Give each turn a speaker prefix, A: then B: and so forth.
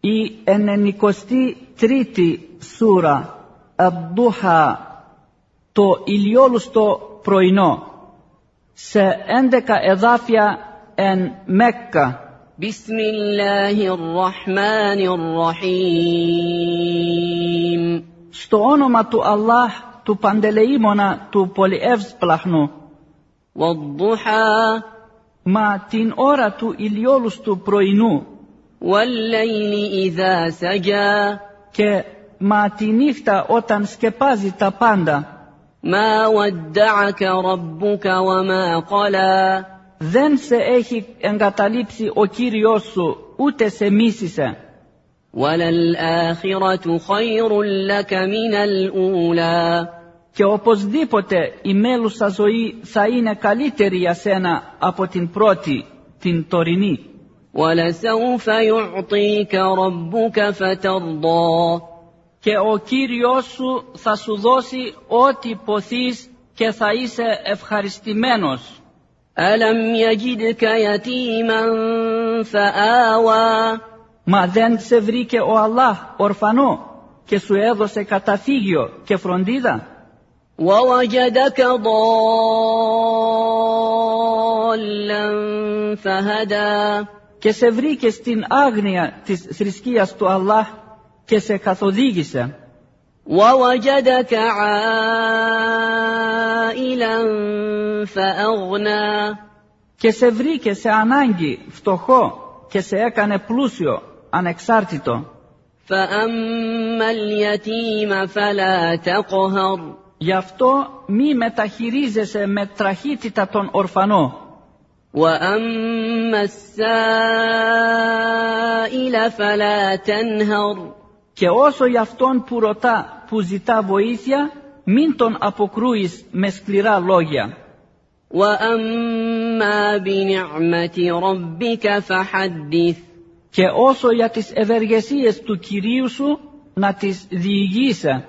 A: Η 93η σούρα Αντούχα το ηλιόλουστο πρωινό σε 11 εδάφια εν Μέκκα.
B: بسم الله الرحمن الرحيم
A: Στο όνομα του Αλλάχ του Παντελεήμονα του Πολυεύσπλαχνου
B: والضحى
A: μα την ώρα του ηλιόλουστου πρωινού
B: والليل إذا سجى
A: και μα τη νύχτα όταν σκεπάζει τα πάντα
B: ما ودعك ربك وما قلى
A: δεν σε έχει εγκαταλείψει ο Κύριος σου ούτε σε μίσησε
B: وللآخرة خير لك من الأولى
A: και οπωσδήποτε η μέλουσα ζωή θα είναι καλύτερη για σένα από την πρώτη, την τωρινή.
B: ولسوف يعطيك ربك فترضى
A: Και ο Κύριος σου θα σου δώσει ό,τι ποθείς και θα είσαι ευχαριστημένος.
B: ألم يجدك يتيما فآوى
A: Μα δεν σε βρήκε ο Αλλάχ ορφανό και σου έδωσε καταφύγιο και φροντίδα.
B: ووجدك ضالا فهدى
A: και σε βρήκε στην άγνοια της θρησκείας του Αλλάχ και σε καθοδήγησε
B: ووجدك عائلا فأغنى
A: και σε βρήκε σε ανάγκη φτωχό και σε έκανε πλούσιο ανεξάρτητο
B: فأما اليتيم فلا تقهر
A: γι' αυτό μη μεταχειρίζεσαι με τραχύτητα τον ορφανό
B: وأما السائل فلا تنهر
A: και όσο γι' αυτόν που ρωτά που ζητά βοήθεια μην τον αποκρούεις με σκληρά λόγια
B: وأما بنعمة ربك فحدث
A: και όσο για τις ευεργεσίες του Κυρίου σου να τις διηγείσαι